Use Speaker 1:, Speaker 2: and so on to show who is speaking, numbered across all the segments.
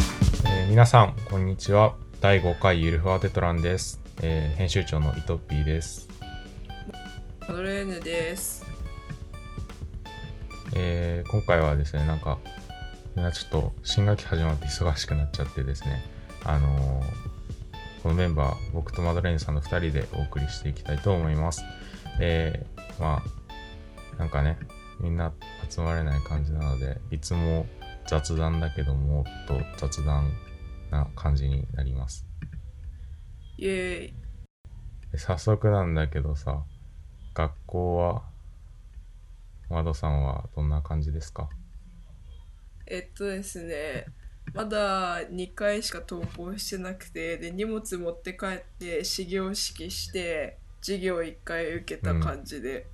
Speaker 1: ー皆さん、こんにちは。第5回ゆるふわテトランです。えー編集長のイトピーです。
Speaker 2: トレーヌです。
Speaker 1: えー今回はですね、なんか、みんなちょっと新学期始まって忙しくなっちゃってですね、あのーこのメンバー、僕とマドレーヌさんの2人でお送りしていきたいと思います。で、まあ、なんかね、みんな集まれない感じなので、いつも雑談だけど、もっと雑談な感じになります。
Speaker 2: イエーイ。
Speaker 1: で早速なんだけどさ学校はマドさんはどんな感じですか
Speaker 2: えっとですね、まだ2回しか登校してなくて、で、荷物持って帰って、始業式して、授業1回受けた感じで、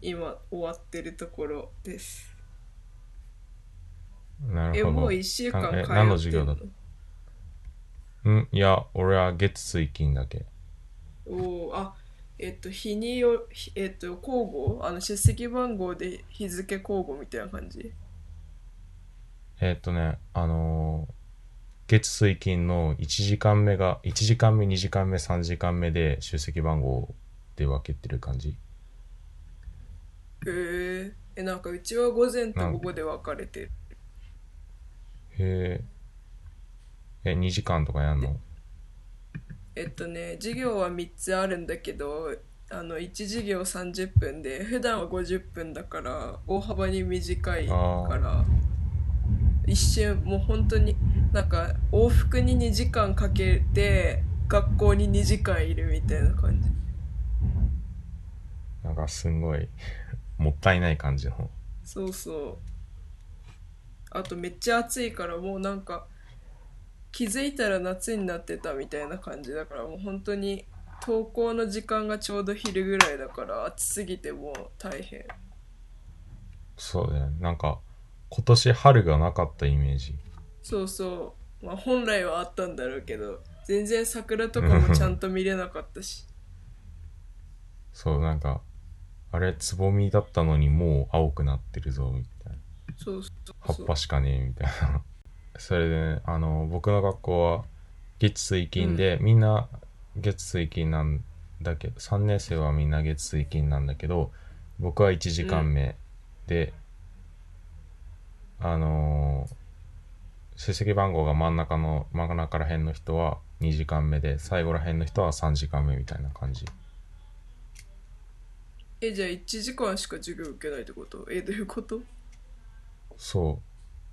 Speaker 2: 今終わってるところです。
Speaker 1: な
Speaker 2: え、
Speaker 1: るほど
Speaker 2: もう1週間
Speaker 1: な
Speaker 2: 通
Speaker 1: え
Speaker 2: って
Speaker 1: 何の授業だったうんいや俺は月水金だけ
Speaker 2: おーあ、えっと、日によ、ひえっと、交互あの、出席番号で日付交互みたいな感じ。
Speaker 1: えーっとねあのー月水金の1時間目が1時間目2時間目3時間目で出席番号で分けてる感じ
Speaker 2: へーえ、なんかうちは午前と午後で分かれてる。
Speaker 1: へええ2時間とかやんの
Speaker 2: えっとね、授業は3つあるんだけど、あの、1授業30分で、普段は50分だから、大幅に短いから、一瞬、もう本当に、なんか、往復に2時間かけて、学校に2時間いるみたいな感じ。
Speaker 1: なんかすんごい もったいない感じの
Speaker 2: そうそう。あと、めっちゃ暑いから、もうなんか、気づいたら夏になってたみたいな感じだから、もう本当に、登校の時間がちょうど昼ぐらいだから、暑すぎてもう大変。
Speaker 1: そうだよね。なんか、今年春がなかったイメージ。
Speaker 2: そうそう、まあ、本来はあったんだろうけど全然桜とかもちゃんと見れなかったし
Speaker 1: そう、なんか、あれ、つぼみだったのにもう青くなってるぞ、みたいな。
Speaker 2: そうそ
Speaker 1: 葉
Speaker 2: う
Speaker 1: っ
Speaker 2: そう
Speaker 1: ぱしかねえ、みたいな。それでね、あの、僕の学校は、月水金で、みんな月水金なんだけど、3年生はみんな月水金なんだけど、僕は1時間目で、あのー出席番号が真ん中の真ん中ら辺の人は2時間目で最後ら辺の人は3時間目みたいな感じ
Speaker 2: えじゃあ1時間しか授業受けないってことえどういうこと
Speaker 1: そ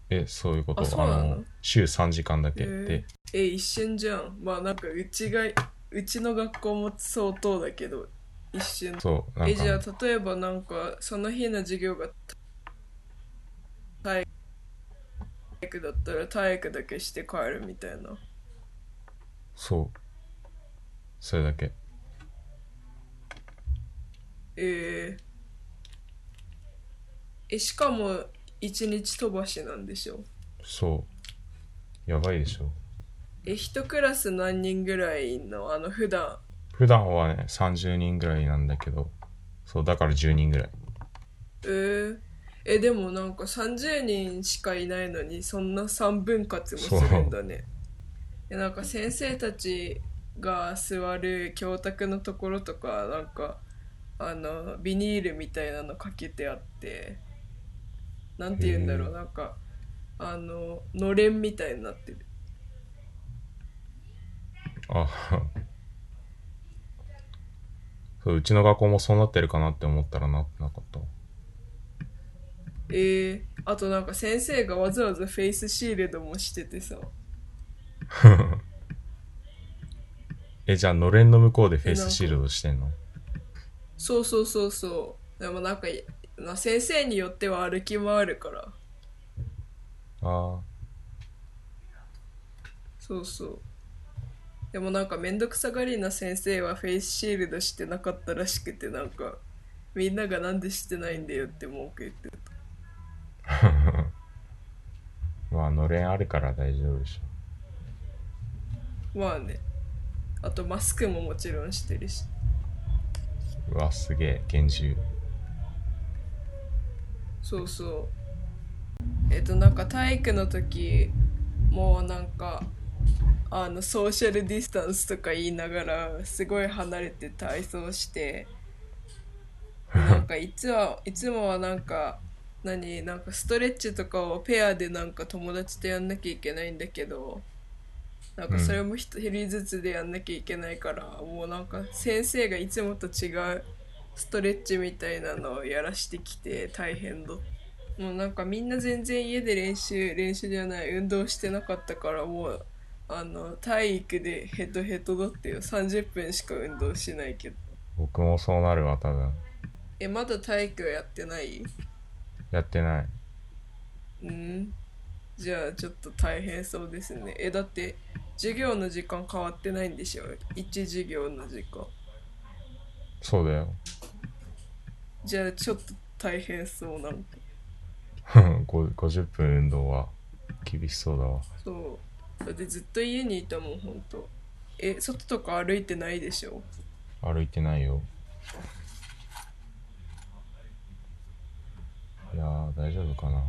Speaker 1: うえそういうこと
Speaker 2: あそうなの
Speaker 1: 週3時間だけ
Speaker 2: へえ
Speaker 1: で
Speaker 2: え一瞬じゃんまあなんかうちがうちの学校も相当だけど一瞬
Speaker 1: そうなん
Speaker 2: えじゃ
Speaker 1: か
Speaker 2: あ例えばなんかその日の授業が体育だったら体育だけして帰るみたいな
Speaker 1: そうそれだけ
Speaker 2: えーえ、しかも一日飛ばしなんでしょ
Speaker 1: そうやばいでしょ
Speaker 2: え、一クラス何人ぐらいいんのあの、普段。
Speaker 1: 普段はね30人ぐらいなんだけどそうだから10人ぐらい
Speaker 2: えーえ、でもなんか30人しかいないのに、そんな3分割もするんだね。え、なんか先生たちが座る教卓のところとか、なんか、あの、ビニールみたいなのかけてあって、なんて言うんだろ
Speaker 1: へ
Speaker 2: う、
Speaker 1: ー
Speaker 2: なんか、あの、のれんみたいになってる。
Speaker 1: あそううちの学校もそうなってるかなって思ったらなってなかったわ
Speaker 2: えー、あとなんか先生がわざわざフェイスシールドもしててさ
Speaker 1: えじゃあのれんの向こうでフェイスシールドしてんの
Speaker 2: そうそうそうそうでもなんかいな先生によっては歩き回るから
Speaker 1: あ
Speaker 2: そうそうでもなんかめんどくさがりな先生はフェイスシールドしてなかったらしくてなんかみんながなんでしてないんだよって文句言ってた
Speaker 1: あ まあのれんあるから大丈夫でしょ
Speaker 2: まあねあとマスクももちろんしてるし
Speaker 1: うわすげえ厳重
Speaker 2: そうそうえっとなんか体育の時もうなんかあのソーシャルディスタンスとか言いながらすごい離れて体操してなんかいつはいつもはなんか何なんかストレッチとかをペアでなんか友達とやんなきゃいけないんだけどなんかそれも一人ずつでやんなきゃいけないから、もうなんか先生がいつもと違うストレッチみたいなのをやらしてきて大変だもうなんかみんな全然家で練習練習じゃない運動してなかったからもうあの体育でヘトヘトだってよ30分しか運動しないけど
Speaker 1: 僕もそうなるわ、多分。
Speaker 2: えまだ体育やってない
Speaker 1: やってない。
Speaker 2: うんじゃあちょっと大変そうですねえだって授業の時間変わってないんでしょ一授業の時間
Speaker 1: そうだよ。
Speaker 2: じゃあちょっと大変そうなんか
Speaker 1: ご50分運動は厳しそうだわ。
Speaker 2: そうだってずっと家にいたもんほんとえ外とか歩いてないでしょ
Speaker 1: 歩いてないよ。いやー、大丈夫かな。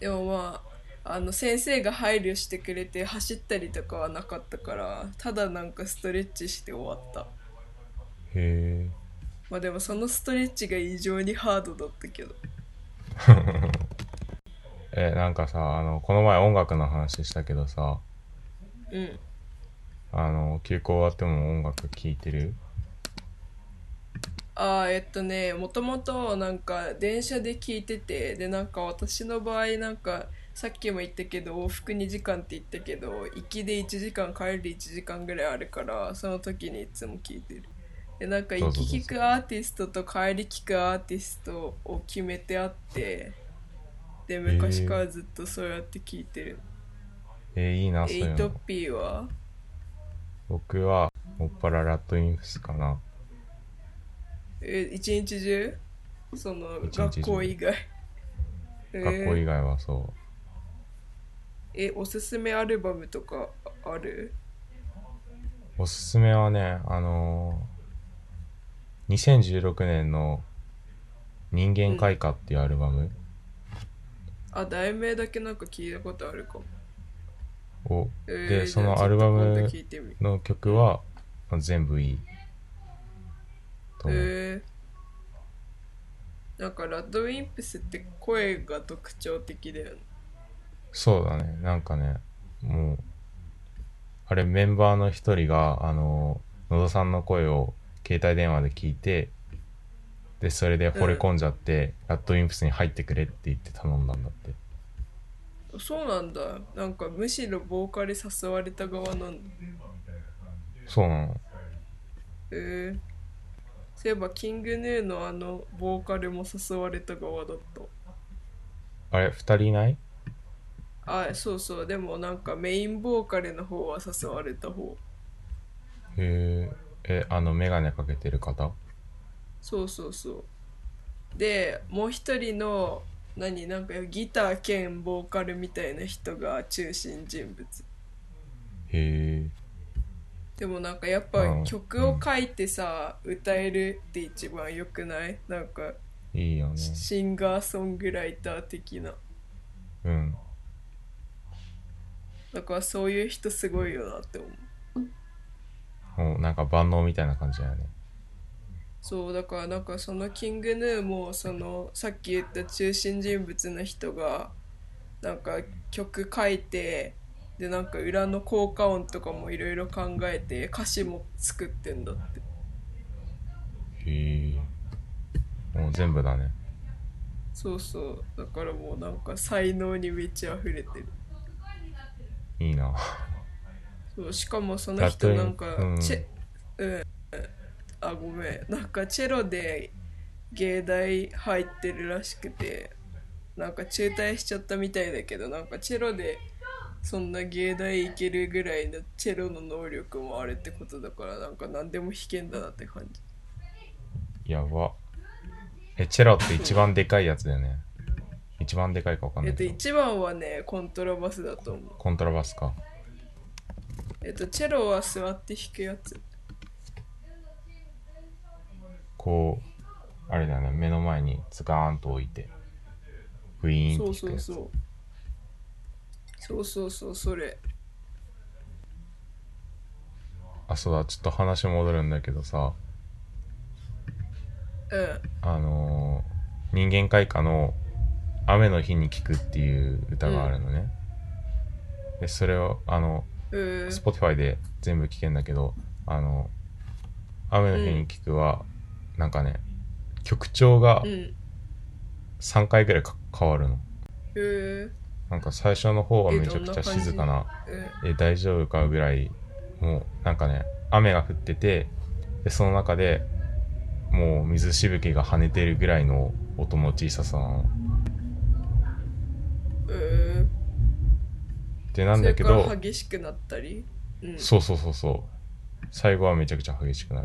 Speaker 2: でもまああの先生が配慮してくれて走ったりとかはなかったからただなんかストレッチして終わった
Speaker 1: へえ。
Speaker 2: まあでもそのストレッチが異常にハードだったけど
Speaker 1: え、なんかさ、あの、この前音楽の話したけどさ、
Speaker 2: うん
Speaker 1: あの、休校終わっても音楽聴いてる
Speaker 2: ああえっとねもともとなんか電車で聞いててでなんか私の場合なんかさっきも言ったけど往復2時間って言ったけど行きで1時間帰りで1時間ぐらいあるからその時にいつも聞いてるでなんか
Speaker 1: ど
Speaker 2: 行
Speaker 1: うぞど
Speaker 2: き
Speaker 1: うぞ
Speaker 2: 聞くアーティストと帰り聞くアーティストを決めてあってで昔からずっとそうやって聞いてる、
Speaker 1: えーいいな、そう
Speaker 2: え
Speaker 1: い
Speaker 2: イ
Speaker 1: う
Speaker 2: ト
Speaker 1: の。
Speaker 2: ピーは
Speaker 1: 僕は、もっぱらラッドインフスかな。
Speaker 2: え一日中その
Speaker 1: 一日中
Speaker 2: 学校以外えー
Speaker 1: 学校以外はそう。
Speaker 2: えおすすめアルバムとかある
Speaker 1: おすすめはね、あのー、2016年の人間開花っていうアルバム
Speaker 2: あ題名だけなんか聞いたことあるかも、
Speaker 1: を、
Speaker 2: えー
Speaker 1: で、
Speaker 2: じ
Speaker 1: そ
Speaker 2: ゃあ
Speaker 1: のアルバ
Speaker 2: ちょっと今
Speaker 1: ム
Speaker 2: 度聞いてみる
Speaker 1: の曲はまあ全部いい。と思う
Speaker 2: えーなんかラッドウィンプスって声が特徴的だよね
Speaker 1: そうだね、なんかね、もう、あれメンバーの一人が、あのー、野田さんの声を携帯電話で聞いて、で、それで惚れ込んじゃって、ラッドウィンプスに入ってくれって言って頼んだんだって。
Speaker 2: そうなんだなんかむしろボーカル誘われた側なんだ
Speaker 1: そうなの。
Speaker 2: えーそういえばキングヌーのあのボーカルも誘われた側だった
Speaker 1: あれ、二人いない
Speaker 2: あそうそうでもなんかメインボーカルの方は誘われた方
Speaker 1: へーえ、あの、メガネかけてる方
Speaker 2: そうそうそうでもう一人の何なんかギター兼ボーカルみたいな人が中心人物
Speaker 1: へえ。
Speaker 2: でもなんかやっ
Speaker 1: う
Speaker 2: ぱ
Speaker 1: ん
Speaker 2: 曲を書いてさ、歌えるって一番良くないなんか
Speaker 1: いいよね。
Speaker 2: シンガーソングライター的な
Speaker 1: うん。
Speaker 2: だからそういう人すごいよなって思う
Speaker 1: もうなんか万能みたいな感じだよね。
Speaker 2: そうだからなんかそのキングヌーもそのさっき言った中心人物の人がなんか曲書いてでなんか裏の効果音とかもいろいろ考えて歌詞も作ってんだって
Speaker 1: へえ。もう全部だね。
Speaker 2: そうそうだからもうなんか才能に満ち溢れてる
Speaker 1: いいな。
Speaker 2: そうしかもその人なんか
Speaker 1: だってうん
Speaker 2: チェ、うん、あごめんなんかチェロで芸大入ってるらしくてなんか中退しちゃったみたいだけどなんかチェロでそんな芸大行けるぐらいのチェロの能力もあるってことだからなんか何でも弾けんだなって感じ
Speaker 1: やば。え、チェロって一番でかいやつだよね。一番でかいかわかん
Speaker 2: え
Speaker 1: な
Speaker 2: っ
Speaker 1: い
Speaker 2: と
Speaker 1: けど。
Speaker 2: 一番はねコントラバスだと思う
Speaker 1: コントラバスか。
Speaker 2: えっとチェロは座って弾くやつ
Speaker 1: こう、あれだよね。目の前にズカーンと置いて、ウィーン
Speaker 2: そ
Speaker 1: っ
Speaker 2: う
Speaker 1: て
Speaker 2: そ
Speaker 1: 弾く
Speaker 2: う
Speaker 1: やつ。
Speaker 2: そうそうそうそうそれ
Speaker 1: あそうだちょっと話戻るんだけどさ
Speaker 2: うん
Speaker 1: あのー人間開花の「雨の日に聴く」っていう歌があるのね、でそれをあの
Speaker 2: うん
Speaker 1: Spotify で全部聴けんだけどあの「雨の日に聴くは」なんかね曲調が
Speaker 2: うん
Speaker 1: 3回ぐらいか変わるの
Speaker 2: うん
Speaker 1: なんか最初の方は
Speaker 2: え
Speaker 1: めちゃくちゃ静かな
Speaker 2: うん
Speaker 1: え大丈夫かぐらいもうなんかね雨が降っててでその中でもう水しぶきが跳ねてるぐらいの音の小ささなの
Speaker 2: うん
Speaker 1: でなんだけど
Speaker 2: それから激しくなったりうん
Speaker 1: そうそうそうそう最後はめちゃくちゃ激しくな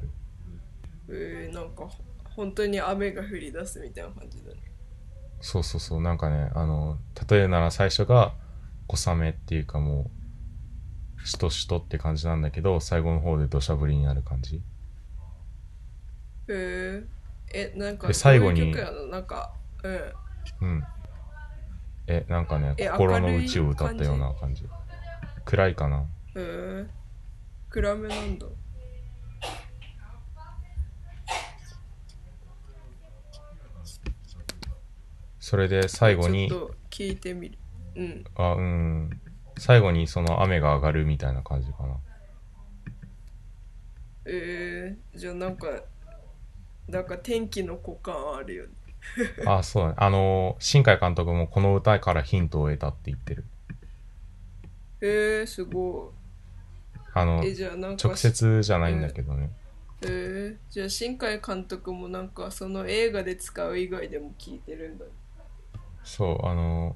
Speaker 1: る
Speaker 2: うんなんか本当に雨が降り出すみたいな感じだね
Speaker 1: そうそうそうなんかねあの例えるなら最初が小雨っていうかもうしとしとって感じなんだけど最後の方で土砂降りになる感じ
Speaker 2: うんえなんか
Speaker 1: で最後に
Speaker 2: どういう曲やのなんかうん
Speaker 1: うんえなんかね
Speaker 2: え
Speaker 1: 心
Speaker 2: 明
Speaker 1: の
Speaker 2: るい
Speaker 1: 内を歌ったような感じ暗いかな
Speaker 2: うん暗めなんだ
Speaker 1: それで最後に
Speaker 2: ちょっと聞いてみるうん
Speaker 1: あうん最後にその雨が上がるみたいな感じかな
Speaker 2: えー、じゃあなんかなんか天気の股間あるよね
Speaker 1: あそうだねあの新海監督もこの歌からヒントを得たって言ってる
Speaker 2: えー、すご
Speaker 1: あの
Speaker 2: いえじゃあなんか
Speaker 1: 直接じゃないんだけどね、
Speaker 2: えー、じゃあ新海監督もなんかその映画で使う以外でも聞いてるんだ
Speaker 1: そうあの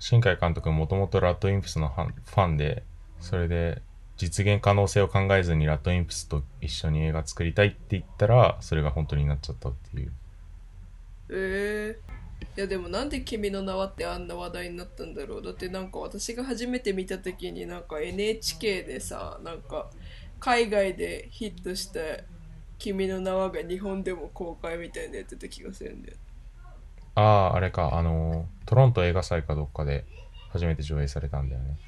Speaker 1: 新海監督もともとラッドインプスのファンファンでそれで実現可能性を考えずにラッドインプスと一緒に映画作りたいって言ったらそれが本当になっちゃったっていう
Speaker 2: えー、いやでもなんで「君の名は」ってあんな話題になったんだろうだってなんか私が初めて見た時になんか NHK でさなんか海外でヒットした「君の名は」が日本でも公開みたいなやってた気がするんだよ
Speaker 1: あああれかあのトロント映画祭かどっかで初めて上映されたんだよね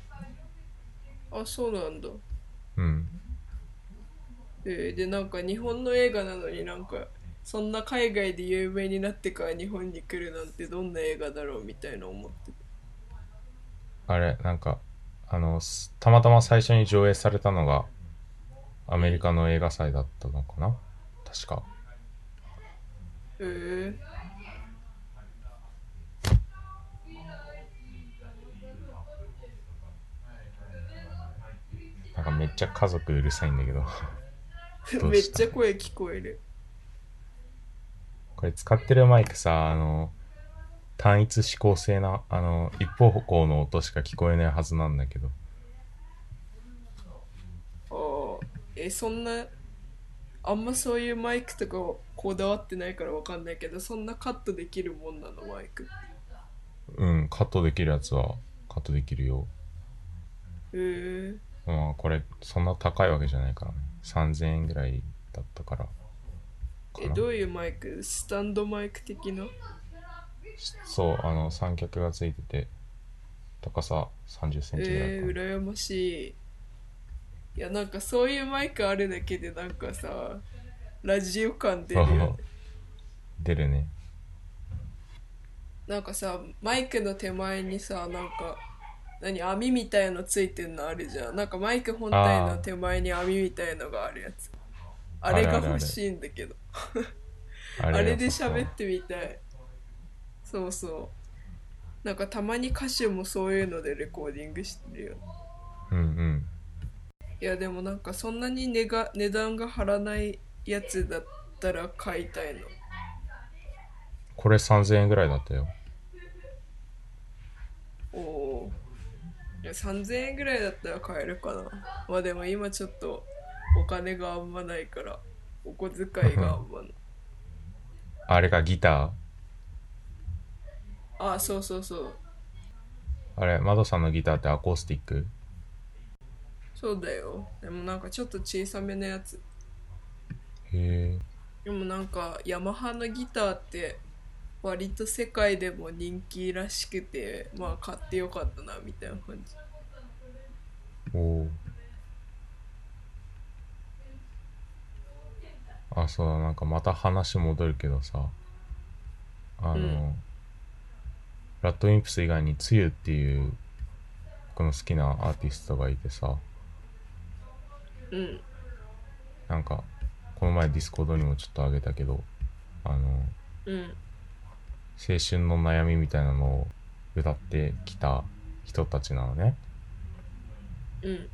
Speaker 2: あそうなんだ
Speaker 1: うん
Speaker 2: えーでなんか日本の映画なのになんかそんな海外で有名になってから日本に来るなんてどんな映画だろうみたいな思って
Speaker 1: あれ、なんか、あの、すたまたま最初に上映されたのが、アメリカの映画祭だったのかな確か。
Speaker 2: たえ
Speaker 1: なんかめっちゃ家族うるさいんだけど。
Speaker 2: ー、
Speaker 1: どう
Speaker 2: めっ
Speaker 1: した
Speaker 2: ちゃ声聞こえる
Speaker 1: これ使ってるマイクさ、あの、単一指向性な、あの、一方向の音しか聞こえないはずなんだけど。
Speaker 2: あーえそんなあんまそういうマイクとかこだわってないからわかんないけどそんなカットできるもんなのマイク
Speaker 1: うん、カットできるやつはカットできるよ。
Speaker 2: えー、
Speaker 1: まあ、これ、そんな高いわけじゃないからね。3000円ぐらいだったから。
Speaker 2: えどういうマイクスタンドマイク的な
Speaker 1: そう、あの、三脚がついてて、高さ30センチぐらい
Speaker 2: えー、
Speaker 1: かな。
Speaker 2: 羨ましいいやなんかそういうマイクあるだけでなんかさラジオ感出るよね
Speaker 1: 出るね。
Speaker 2: なんかさマイクの手前にさなんか何網みたいのついてんのあるじゃんなんかマイク本体の手前に網みたいのがあるやつあれが
Speaker 1: あるあるある
Speaker 2: 欲しいんだけど
Speaker 1: あ
Speaker 2: あれ
Speaker 1: 良
Speaker 2: で
Speaker 1: さそう
Speaker 2: 喋ってみたいそうそうなんかたまに歌手もそういうのでレコーディングしてるよね
Speaker 1: うんうん。
Speaker 2: いやでもなんかそんなに値が値段が張らないやつだったら買いたいの
Speaker 1: これ3000円ぐらいだったよ。
Speaker 2: おおーいや3000円ぐらいだったら買えるかなまあでも今ちょっとお金があんまないからお小遣いがあんまない
Speaker 1: あれか、ギター
Speaker 2: あそうそうそう
Speaker 1: あれ、マドさんのギターってアコースティック
Speaker 2: そうだよでもなんかちょっと小さめのやつ
Speaker 1: へえ。
Speaker 2: でもなんかヤマハのギターって割と世界でも人気らしくてまあ買ってよかったなみたいな感じ
Speaker 1: おおあそうだなんかまた話戻るけどさあの、
Speaker 2: うん
Speaker 1: ラッドウィンプス以外につゆっていう僕の好きなアーティストがいてさ
Speaker 2: うん
Speaker 1: なんかこの前ディスコードにもちょっとあげたけどあの
Speaker 2: うん
Speaker 1: 青春の悩みみたいなのを歌ってきた人たちなのね
Speaker 2: うん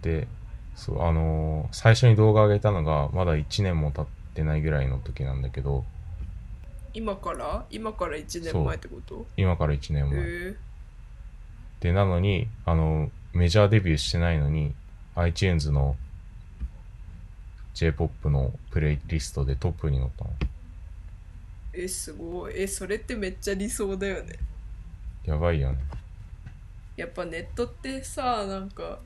Speaker 1: でそうあのー最初に動画上げたのがまだ1年も経ってないぐらいの時なんだけど
Speaker 2: 今から今から1年前ってこと
Speaker 1: 今から1年
Speaker 2: へえ
Speaker 1: 前でなのにあのメジャーデビューしてないのに iTunes の J-POP のプレイリストでトップに載ったの
Speaker 2: えすごいえそれってめっちゃ理想だよね
Speaker 1: やばいよね
Speaker 2: やっぱネットってさなんか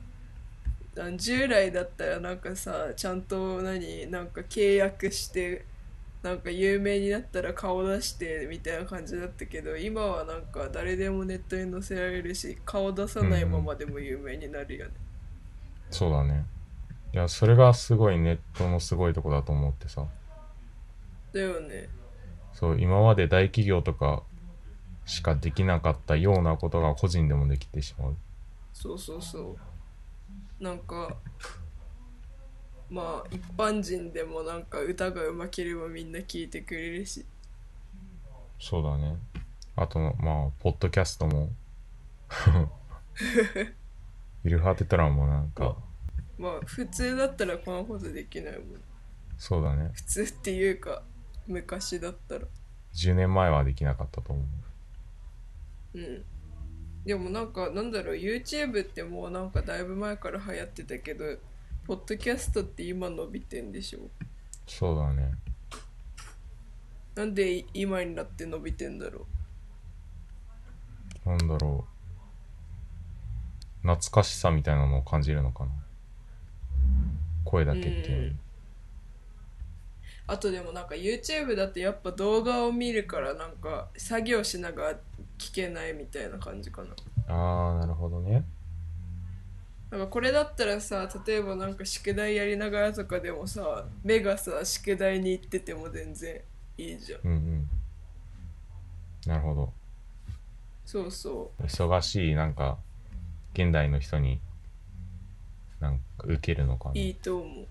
Speaker 2: あ従来だったらなんかさちゃんと何なんか契約してなんか有名になったら顔出してみたいな感じだったけど今はなんか誰でもネットに載せられるし顔出さないままでも有名になるよね、
Speaker 1: そうだねいやそれがすごいネットのすごいとこだと思ってさ
Speaker 2: だよね
Speaker 1: そう今まで大企業とかしかできなかったようなことが個人でもできてしまう
Speaker 2: そうそうそうなんかまあ一般人でもなんか歌がうまければみんな聴いてくれるし
Speaker 1: そうだねあとまあポッドキャスト もイルハテトランもなんか
Speaker 2: まあ普通だったらこんなことできないもん
Speaker 1: そうだね
Speaker 2: 普通っていうか昔だったら
Speaker 1: 10年前はできなかったと思う
Speaker 2: うんでもなんかなんだろう YouTube ってもうなんかだいぶ前から流行ってたけどポッドキャストって今伸びてんでしょ
Speaker 1: そうだね
Speaker 2: なんでい今になって伸びてんだろ
Speaker 1: なんだろう懐かしさみたいなのを感じるのかな声だけっていうより
Speaker 2: うんうあとでもなんか YouTube だとやっぱ動画を見るからなんか作業しながら聞けないみたいな感じかな
Speaker 1: ああなるほどね
Speaker 2: なんかこれだったらさ例えばなんか宿題やりながらとかでもさ目がさ宿題に行ってても全然いいじゃん
Speaker 1: うんうんなるほど
Speaker 2: そうそ
Speaker 1: 忙しいなんか現代の人になんか受けるのか
Speaker 2: う
Speaker 1: ない
Speaker 2: いと思う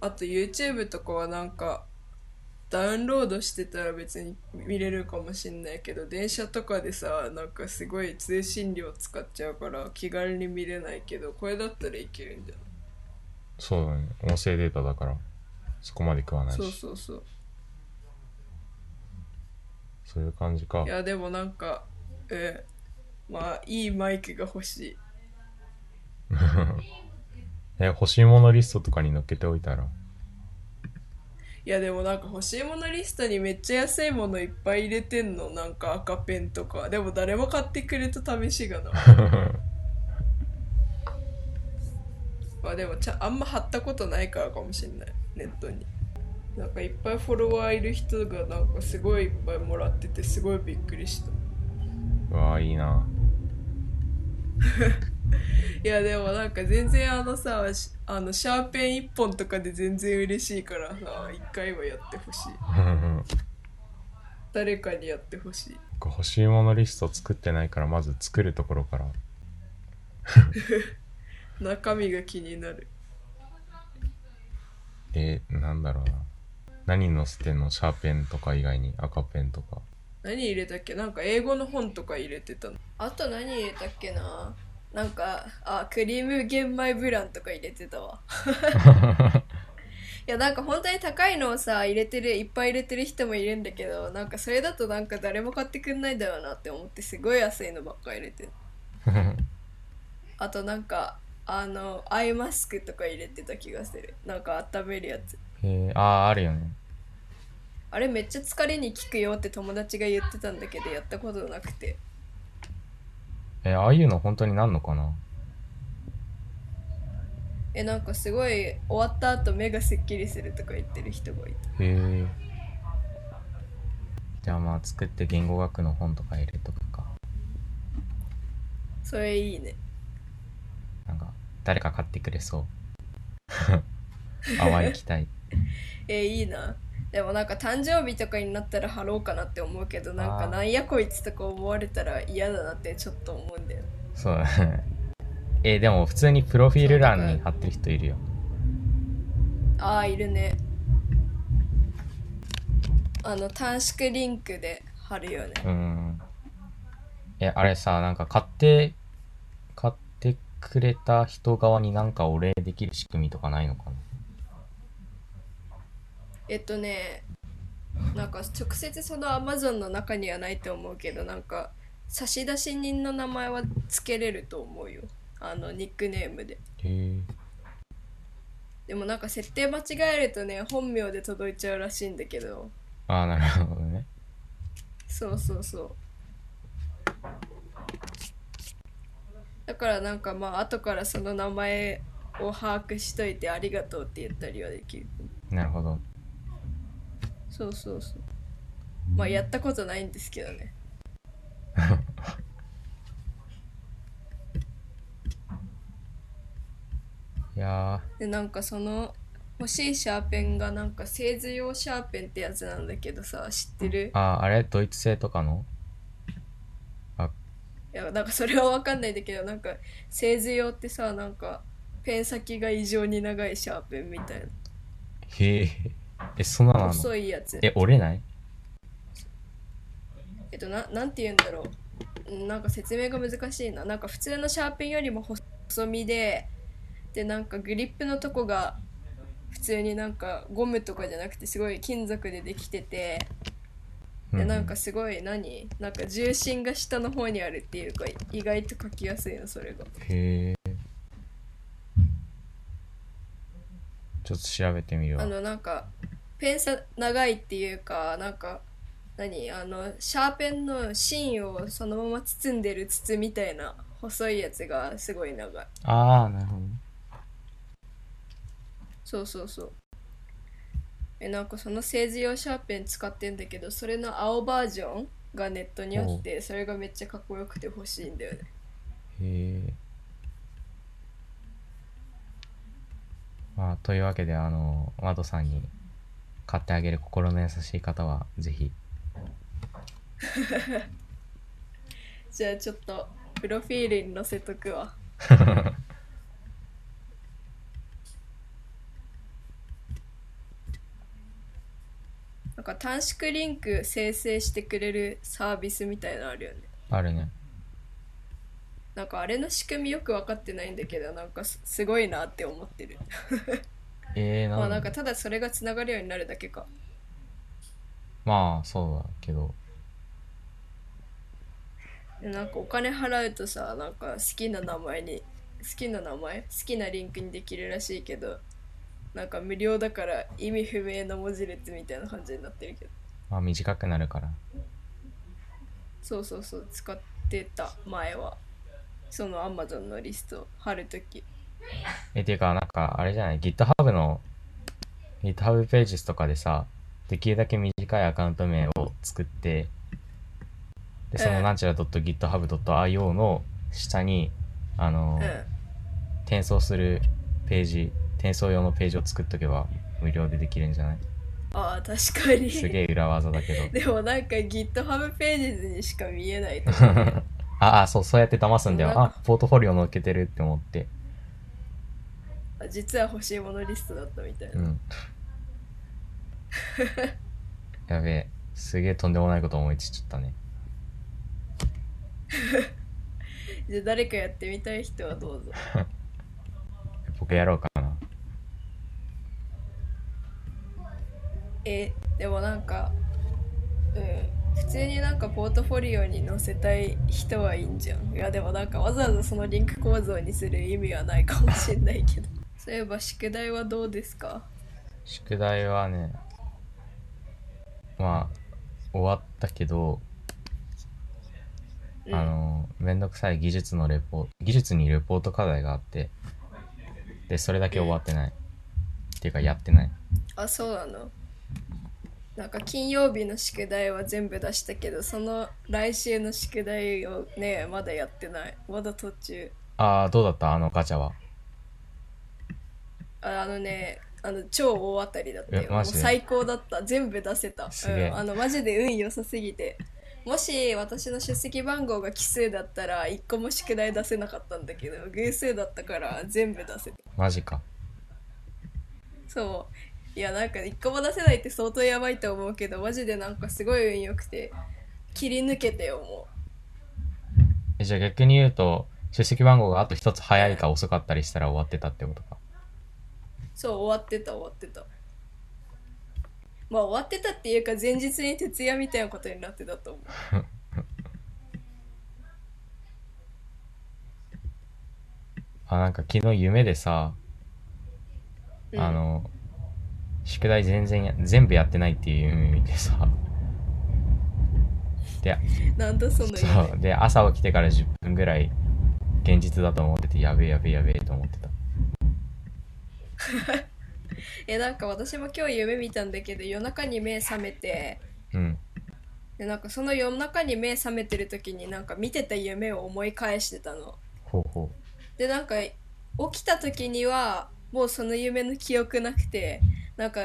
Speaker 2: あと YouTube とかはなんかダウンロードしてたら別に見れるかもしんないけど電車とかでさなんかすごい通信料使っちゃうから気軽に見れないけどこれだったらいけるんじゃない
Speaker 1: そうだね音声データだからそこまで食わないし
Speaker 2: そ
Speaker 1: そう
Speaker 2: うそうそう
Speaker 1: いう感じか
Speaker 2: いやでもなんかえーまあいいマイクが欲しい
Speaker 1: え欲しいものリストとかに載っけておいたら
Speaker 2: いやでもなんか欲しいものリストにめっちゃ安いものいっぱい入れてんのなんか赤ペンとかでも誰も買ってくれた試しがないまあでもちゃあんま貼ったことないからかもしんないネットになんかいっぱいフォロワーいる人がなんかすごいいっぱいもらっててすごいびっくりした
Speaker 1: うわーいいない
Speaker 2: やでもなんか全然あのさしあのシャーペン1本とかで全然嬉しいからさ1回はやってほしい誰かにやってほしい
Speaker 1: 僕欲しいものリスト作ってないからまず作るところから
Speaker 2: 中身が気になる
Speaker 1: えーなんだろうな何載せてんのシャーペンとか以外に赤ペンと か
Speaker 2: 何入れたっけなんか英語の本とか入れてたのあと何入れたっけななんかあクリーム玄米ブランとか入れてたわいやなんか本当に高いのをさ入れてるいっぱい入れてる人もいるんだけどなんかそれだとなんか誰も買ってくんないだろうなって思ってすごい安いのばっか入れてるあとなんかあのアイマスクとか入れてた気がするなんか温めるやつ
Speaker 1: えー、あああるよね
Speaker 2: あれめっちゃ疲れに効くよって友達が言ってたんだけどやったことなくて
Speaker 1: えーああいうの本当になんのかな
Speaker 2: えなんかすごい終わった後目がすっきりするとか言ってる人がいた
Speaker 1: へえじゃあまあ作って言語学の本とか入れとくか
Speaker 2: それいいね
Speaker 1: なんか誰か買ってくれそう 淡い期待
Speaker 2: えーいいなでもなんか誕生日とかになったら貼ろうかなって思うけどなんか
Speaker 1: あー
Speaker 2: なんやこいつとか思われたら嫌だなってちょっと思うんだよ
Speaker 1: そう だねえでも普通にプロフィール欄に貼ってる人いるよ
Speaker 2: ああいるねあの短縮リンクで貼るよね
Speaker 1: うーんえあれさなんか買って買ってくれた人側になんかお礼できる仕組みとかないのかな
Speaker 2: えっとねなんか直接その Amazon の中にはないと思うけどなんか差出人の名前は付けれると思うよあのニックネームで
Speaker 1: へえ
Speaker 2: でもなんか設定間違えるとね本名で届いちゃうらしいんだけど
Speaker 1: ああなるほどね
Speaker 2: そうそうそうだからなんかまあ後からその名前を把握しといてありがとうって言ったりはできる
Speaker 1: なるほど
Speaker 2: そうそうそうまあやったことないんですけどね
Speaker 1: いや
Speaker 2: でなんかその欲しいシャーペンがなんか製図用シャーペンってやつなんだけどさ知ってる
Speaker 1: ーあーあれドイツ製とかの
Speaker 2: いやなんかそれは分かんないんだけどなんか製図用ってさなんかペン先が異常に長いシャーペンみたい
Speaker 1: へええそんなの
Speaker 2: な
Speaker 1: あんの
Speaker 2: 細いやつ
Speaker 1: え折れない
Speaker 2: えっとななんて言うんだろうなんか説明が難しいななんか普通のシャーペンよりも細細身ででなんかグリップのとこが普通になんかゴムとかじゃなくてすごい金属でできてて
Speaker 1: う
Speaker 2: で
Speaker 1: う
Speaker 2: なんかすごい何なんか重心が下の方にあるっていうか意外と書きやすいのそれが
Speaker 1: へえちょっと調べてみるわ
Speaker 2: あのなんかペンさ長いっていうかなんか何あのシャーペンの芯をそのまま包んでる筒みたいな細いやつがすごい長い
Speaker 1: ああなるほど
Speaker 2: そうそうそうえなんかその製図用シャーペン使ってんだけどそれの青バージョンがネットにあってそれがめっちゃかっこよくて欲しいんだよね
Speaker 1: へえ。まあ、というわけで、あの、ワドさんに買ってあげる心の優しい方は、ぜひ。
Speaker 2: じゃあちょっとプロフィールに載せとくわなんか短縮リンク生成してくれるサービスみたいなのあるよね
Speaker 1: あるね。
Speaker 2: なんかあれの仕組みよく分かってないんだけどなんかすすごいなって思ってる
Speaker 1: ええ
Speaker 2: まあ
Speaker 1: なん
Speaker 2: なんかただそれがつながるようになるだけか
Speaker 1: まあ、そうだけど。
Speaker 2: でなんかお金払うとさなんか好きな名前に好きな名前好きなリンクにできるらしいけどなんか無料だから意味不明の文字列みたいな感じになってるけど
Speaker 1: まあ、短くなるから。
Speaker 2: そうそうそう使ってた前はその Amazon のリスト貼るとき
Speaker 1: え、ていうか、なんか、あれじゃない ?GitHub の、GitHub ページとかでさ、できるだけ短いアカウント名を作って、で、そ
Speaker 2: え
Speaker 1: の、
Speaker 2: え
Speaker 1: なんちゃら .github.io の下に、あの、
Speaker 2: う
Speaker 1: 転送するページ転送用のページを作っとけば無料でできるんじゃ ない
Speaker 2: んああ確かに
Speaker 1: すげえ裏技だけど
Speaker 2: でもなんか GitHub ページにしか見えないとかね
Speaker 1: ああそうそうやって騙すんだよ
Speaker 2: そうな
Speaker 1: あ
Speaker 2: ん
Speaker 1: ポートフォリオ載っけてるって思って
Speaker 2: あ実は欲しいものリストだったみたいうな、
Speaker 1: ん やべえすげえとんでもないこと思いついちゃったね
Speaker 2: じゃあ誰かやってみたい人はどうぞ
Speaker 1: 僕やろうかな
Speaker 2: えでもなんかうん普通になんかポートフォリオに載せたい人はいいんじゃんいやでもなんかわざわざそのリンク構造にする意味はないかもしれない けどそういえば宿題はどうですか
Speaker 1: 宿題はねまあ終わったけど、
Speaker 2: うん
Speaker 1: あのめんどくさい技術のレポ技術にレポート課題があってでそれだけ終わってない、っていうかやってない
Speaker 2: あそうなのなんか金曜日の宿題は全部出したけどその来週の宿題をねまだやってないまだ途中
Speaker 1: ああ、どうだったあのガチャは。
Speaker 2: ああのねあの超大当たりだったよ
Speaker 1: え
Speaker 2: も
Speaker 1: マ
Speaker 2: う
Speaker 1: ジで
Speaker 2: 最高だった全部出せた
Speaker 1: すげえ
Speaker 2: うん、あのマジで運良さすぎてもし私の出席番号が奇数だったら一個も宿題出せなかったんだけど偶数だったから全部出せた
Speaker 1: マジか。
Speaker 2: そういやなんか一個も出せないって相当やばいと思うけどマジでなんかすごい運良くて切り抜けてよも
Speaker 1: えじゃあ逆に言うと、出席番号があと一つ早いか遅かったりしたら終わってたってことか。
Speaker 2: うそう終わってた終わってたまあ終わってたっていうか前日に徹夜みたいなことになってたと思う
Speaker 1: あ、なんか昨日夢でさ、
Speaker 2: うん
Speaker 1: あの、宿題全然や、全部やってないっていう夢見て さ、で、
Speaker 2: なんだその夢
Speaker 1: そう、で、朝起きてから10分ぐらい、現実だと思ってて、やべえやべえやべえと思ってた。
Speaker 2: えなんか私も今日夢見たんだけど夜中に目覚めて
Speaker 1: うん。
Speaker 2: でなんかその夜中に目覚めてる時になんか見てた夢を思い返してたの
Speaker 1: ほうほ
Speaker 2: でなんか起きた時にはもうその夢の記憶なくてなんか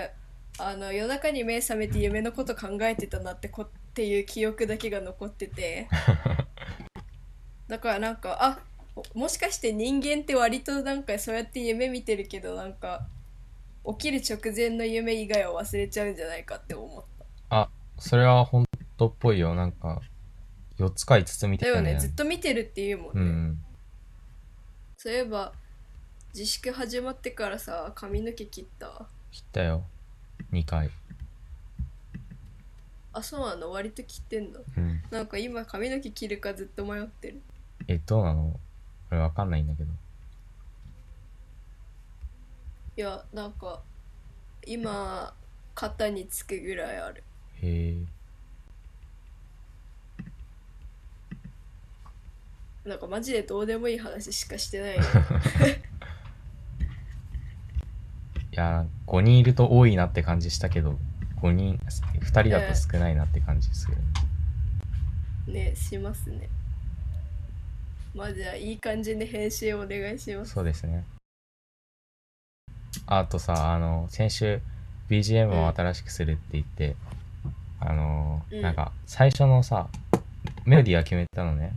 Speaker 2: あの夜中に目覚めて夢のこと考えてたなってこっていう記憶だけが残っててだからなんかあもしかして人間って割となんかそうやって夢見てるけどなんか起きる直前の夢以外は忘れちゃうんじゃないかって思っ
Speaker 1: う。それは本当っぽいよ。なんか、4つか5つ見
Speaker 2: た
Speaker 1: て
Speaker 2: だ
Speaker 1: た
Speaker 2: よ
Speaker 1: ね。
Speaker 2: ねずっと見てるっていうもん
Speaker 1: う
Speaker 2: ね、
Speaker 1: ん。
Speaker 2: そういえば自粛始まってからさ髪の毛切った
Speaker 1: 切ったよ。2回。
Speaker 2: あそうなの割と切ってんだ
Speaker 1: うん。
Speaker 2: なんか今髪の毛切るかずっと迷ってる
Speaker 1: え、どうなのこれわかんないんだけど。
Speaker 2: いやなんか今肩につくぐらいある
Speaker 1: へえ。
Speaker 2: なんかマジでどうでもいい話しかして ないよ
Speaker 1: いやー、5人いると多いなって感じしたけど、5人、2人だと少ないなって感じする。
Speaker 2: ねしますねまあじゃあいい感じで編集お願いします
Speaker 1: そうですね。あとさ、あの、先週 BGM を新しくするって言って、あのー、
Speaker 2: うん
Speaker 1: なんか最初のさ、メロディーは決めたのね。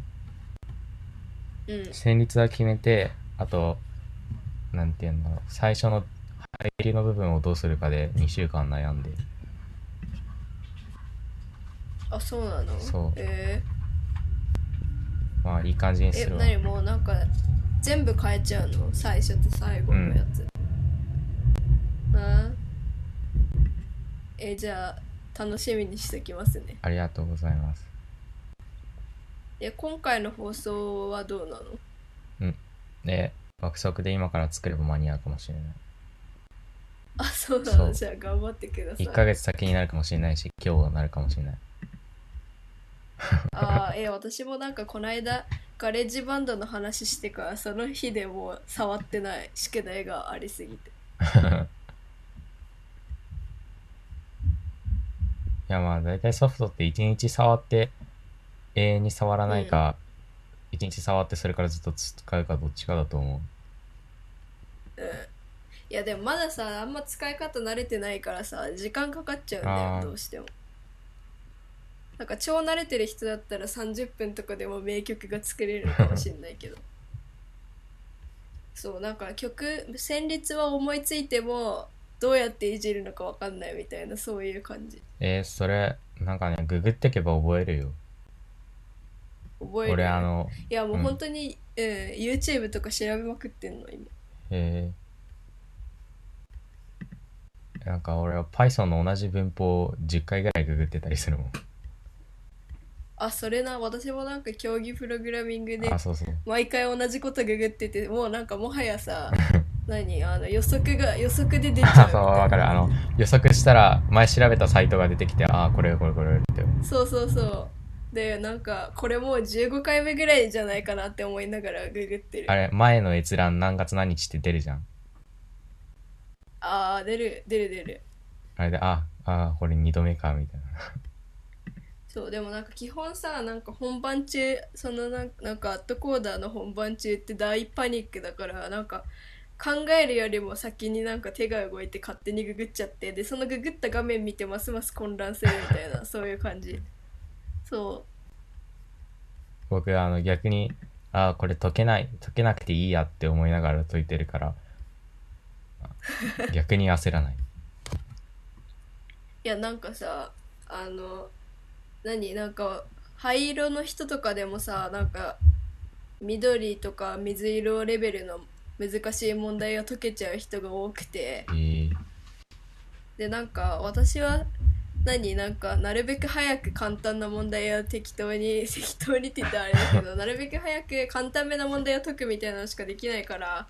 Speaker 2: うん
Speaker 1: 旋律は決めて、あと、なんていうんだろう、最初の入りの部分をどうするかで2週間悩んで。
Speaker 2: あそうなの
Speaker 1: そう
Speaker 2: え
Speaker 1: まあいい感じに
Speaker 2: ー、え
Speaker 1: するわ。
Speaker 2: 何もうなんか全部変えちゃうの最初と最後のやつ、あーえじゃあ楽しみにしときますね
Speaker 1: ありがとうございます。
Speaker 2: え今回の放送はどうなの
Speaker 1: で、爆速で今から作れば間に合うかもしれない。
Speaker 2: あそうな
Speaker 1: そ
Speaker 2: の
Speaker 1: う
Speaker 2: じゃあ頑張ってください
Speaker 1: 1ヶ月先になるかもしれないし、今日になるかもしれない。
Speaker 2: あーえ私もなんかこの間ガレージバンドの話してからその日でもう触ってない宿題がありすぎて
Speaker 1: いやまあ大体ソフトって1日触って永遠に触らないか、1日触ってそれからずっと使うかどっちかだと思
Speaker 2: いやでもまださあんま使い方慣れてないからさ時間かかっちゃうんだ
Speaker 1: あー
Speaker 2: よどうしてもなんか超慣れてる人だったら30分とかでも名曲が作れるのかもしんないけど そうなんか曲旋律は思いついてもどうやっていじるのかわかんないみたいなそういう感じ
Speaker 1: う。えー、それ、なんかね、ググってけば覚えるよ。
Speaker 2: 覚える
Speaker 1: 俺あの、
Speaker 2: いやもう
Speaker 1: うん
Speaker 2: 本当に、うん、YouTube とか調べまくってんの今
Speaker 1: えー、なんか俺は Python の同じ文法を10回ぐらいググってたりするもん。
Speaker 2: あそれな私もなんか競技プログラミングで
Speaker 1: あ、そうそう。
Speaker 2: 毎回同じことググっててもうなんかもはや さ何あの予測が予測で出ちゃ
Speaker 1: あ
Speaker 2: う
Speaker 1: そう、
Speaker 2: みた
Speaker 1: わ
Speaker 2: い
Speaker 1: かる。あの、予測したら、前調べたサイトが出てきて、ああ、これこれこれって。
Speaker 2: なそうそうそうでなんかこれもう15回目ぐらいじゃないかなって思いながらググってる
Speaker 1: あれ、前の閲覧何月何日って出るじゃん。
Speaker 2: あー出る出る出る
Speaker 1: あれで、あ、ああ、これ2度目か、みたいな。
Speaker 2: そうでもなんか基本さなんか本番中そのなんなんかアットコーダーの本番中って大パニックだからなんか考えるよりも先になんか手が動いて勝手にググっちゃってでそのググった画面見てますます混乱するみたいなそういう感じそ
Speaker 1: 僕、あの、逆に、ああ、これ解けない、解けなくていいやって思いながら解いてるから、あ逆に焦らない。
Speaker 2: ういやなんかさあの何なんか灰色の人とかでもさなんか緑とか水色レベルの難しい問題を解けちゃう人が多くて
Speaker 1: えー
Speaker 2: でなんか私は何なんかなるべく早く簡単な問題を適当に 適当にって言ったらあれだけどなるべく早く簡単めな問題を解くみたいなのしかできないから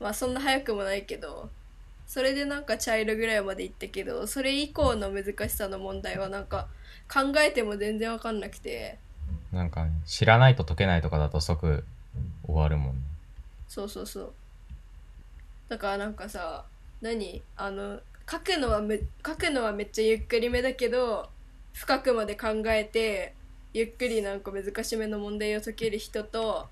Speaker 2: まあそんな早くもないけどそれでなんか茶色ぐらいまで行ったけどそれ以降の難しさの問題はなんか考えても全然わかんなくて
Speaker 1: なんかね、知らないと解けないとかだと即終わるもんね。
Speaker 2: そうそうそうだからなんかさ何あの書くのはめ書くのはめっちゃゆっくりめだけど深くまで考えてゆっくりなんか難しめの問題を解ける人と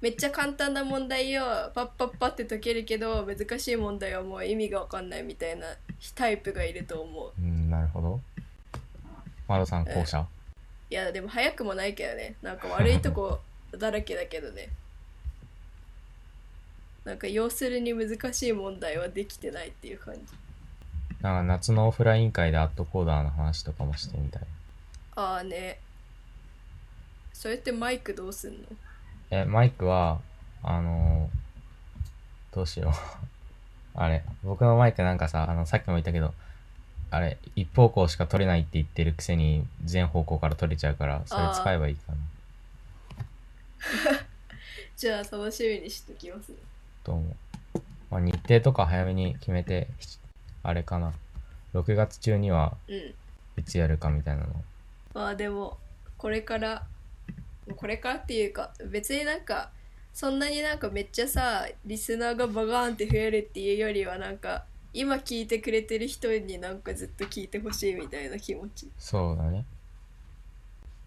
Speaker 2: めっちゃ簡単な問題をパッパッパって解けるけど難しい問題はもう意味がわかんないみたいなタイプがいると思う
Speaker 1: うん、なるほど。マロさん、後者
Speaker 2: いやでも早くもないけどねなんか悪いとこだらけだけどねなんか要するに難しい問題はできてないっていう感じ
Speaker 1: なんか夏のオフライン会でアットコーダーの話とかもしてみたい。
Speaker 2: ああねそれってマイクどうすんの
Speaker 1: え、マイクは、あのーどうしよう。 あれ、僕のマイクなんかさ、あの、さっきも言ったけど、あれ、一方向しか取れないって言ってるくせに、全方向から取れちゃうから、それ使えばいいかな、
Speaker 2: じゃあ楽しみにしときますね
Speaker 1: と思う。まあ、日程とか早めに決めて、あれかな。6月中には、
Speaker 2: うん
Speaker 1: いつやるかみたいなの。
Speaker 2: まあでもこれからこれからっていうか別になんかそんなになんかめっちゃさリスナーがバガーンって増えるっていうよりはなんか今聞いてくれてる人になんかずっと聞いてほしいみたいな気持ち、
Speaker 1: そうだね。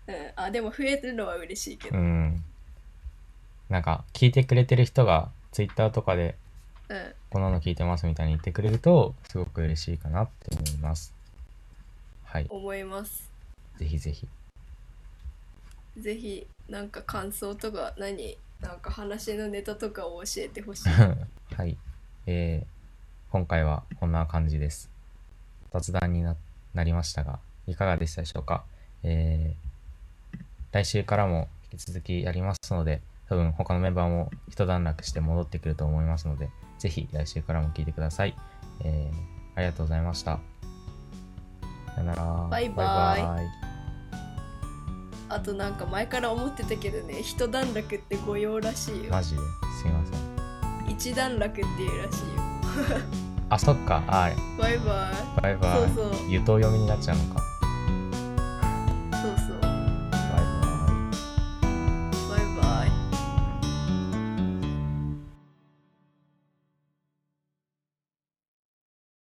Speaker 2: うん、あでも増えるのは嬉しいけ
Speaker 1: う
Speaker 2: ど、
Speaker 1: ん。なんか、聞いてくれてる人が、ツイッターとかで、
Speaker 2: うん
Speaker 1: こんなの聞いてますみたいに言ってくれると、すごく嬉しいかなって思います。はい。
Speaker 2: 思います
Speaker 1: ぜひぜひ。
Speaker 2: ぜひなんか感想とか何なんか話のネタとかを教えて ほしい
Speaker 1: はい。えー、今回はこんな感じです。雑談にななりましたが、いかがでしたでしょうかえー来週からも引き続きやりますので、多分他のメンバーも一段落して戻ってくると思いますので、ぜひ来週からも聞いてください。えーありがとうございました。さよなら。
Speaker 2: バイバイ
Speaker 1: イ
Speaker 2: あとなんか前から思ってたけどね一段落って御用らしいよ
Speaker 1: マジですいません。
Speaker 2: 一段落っていうらしいよ
Speaker 1: あ、そっか。あ、
Speaker 2: バイバイ
Speaker 1: バイバイ。
Speaker 2: そうそう
Speaker 1: ゆとう読みになっちゃうのか。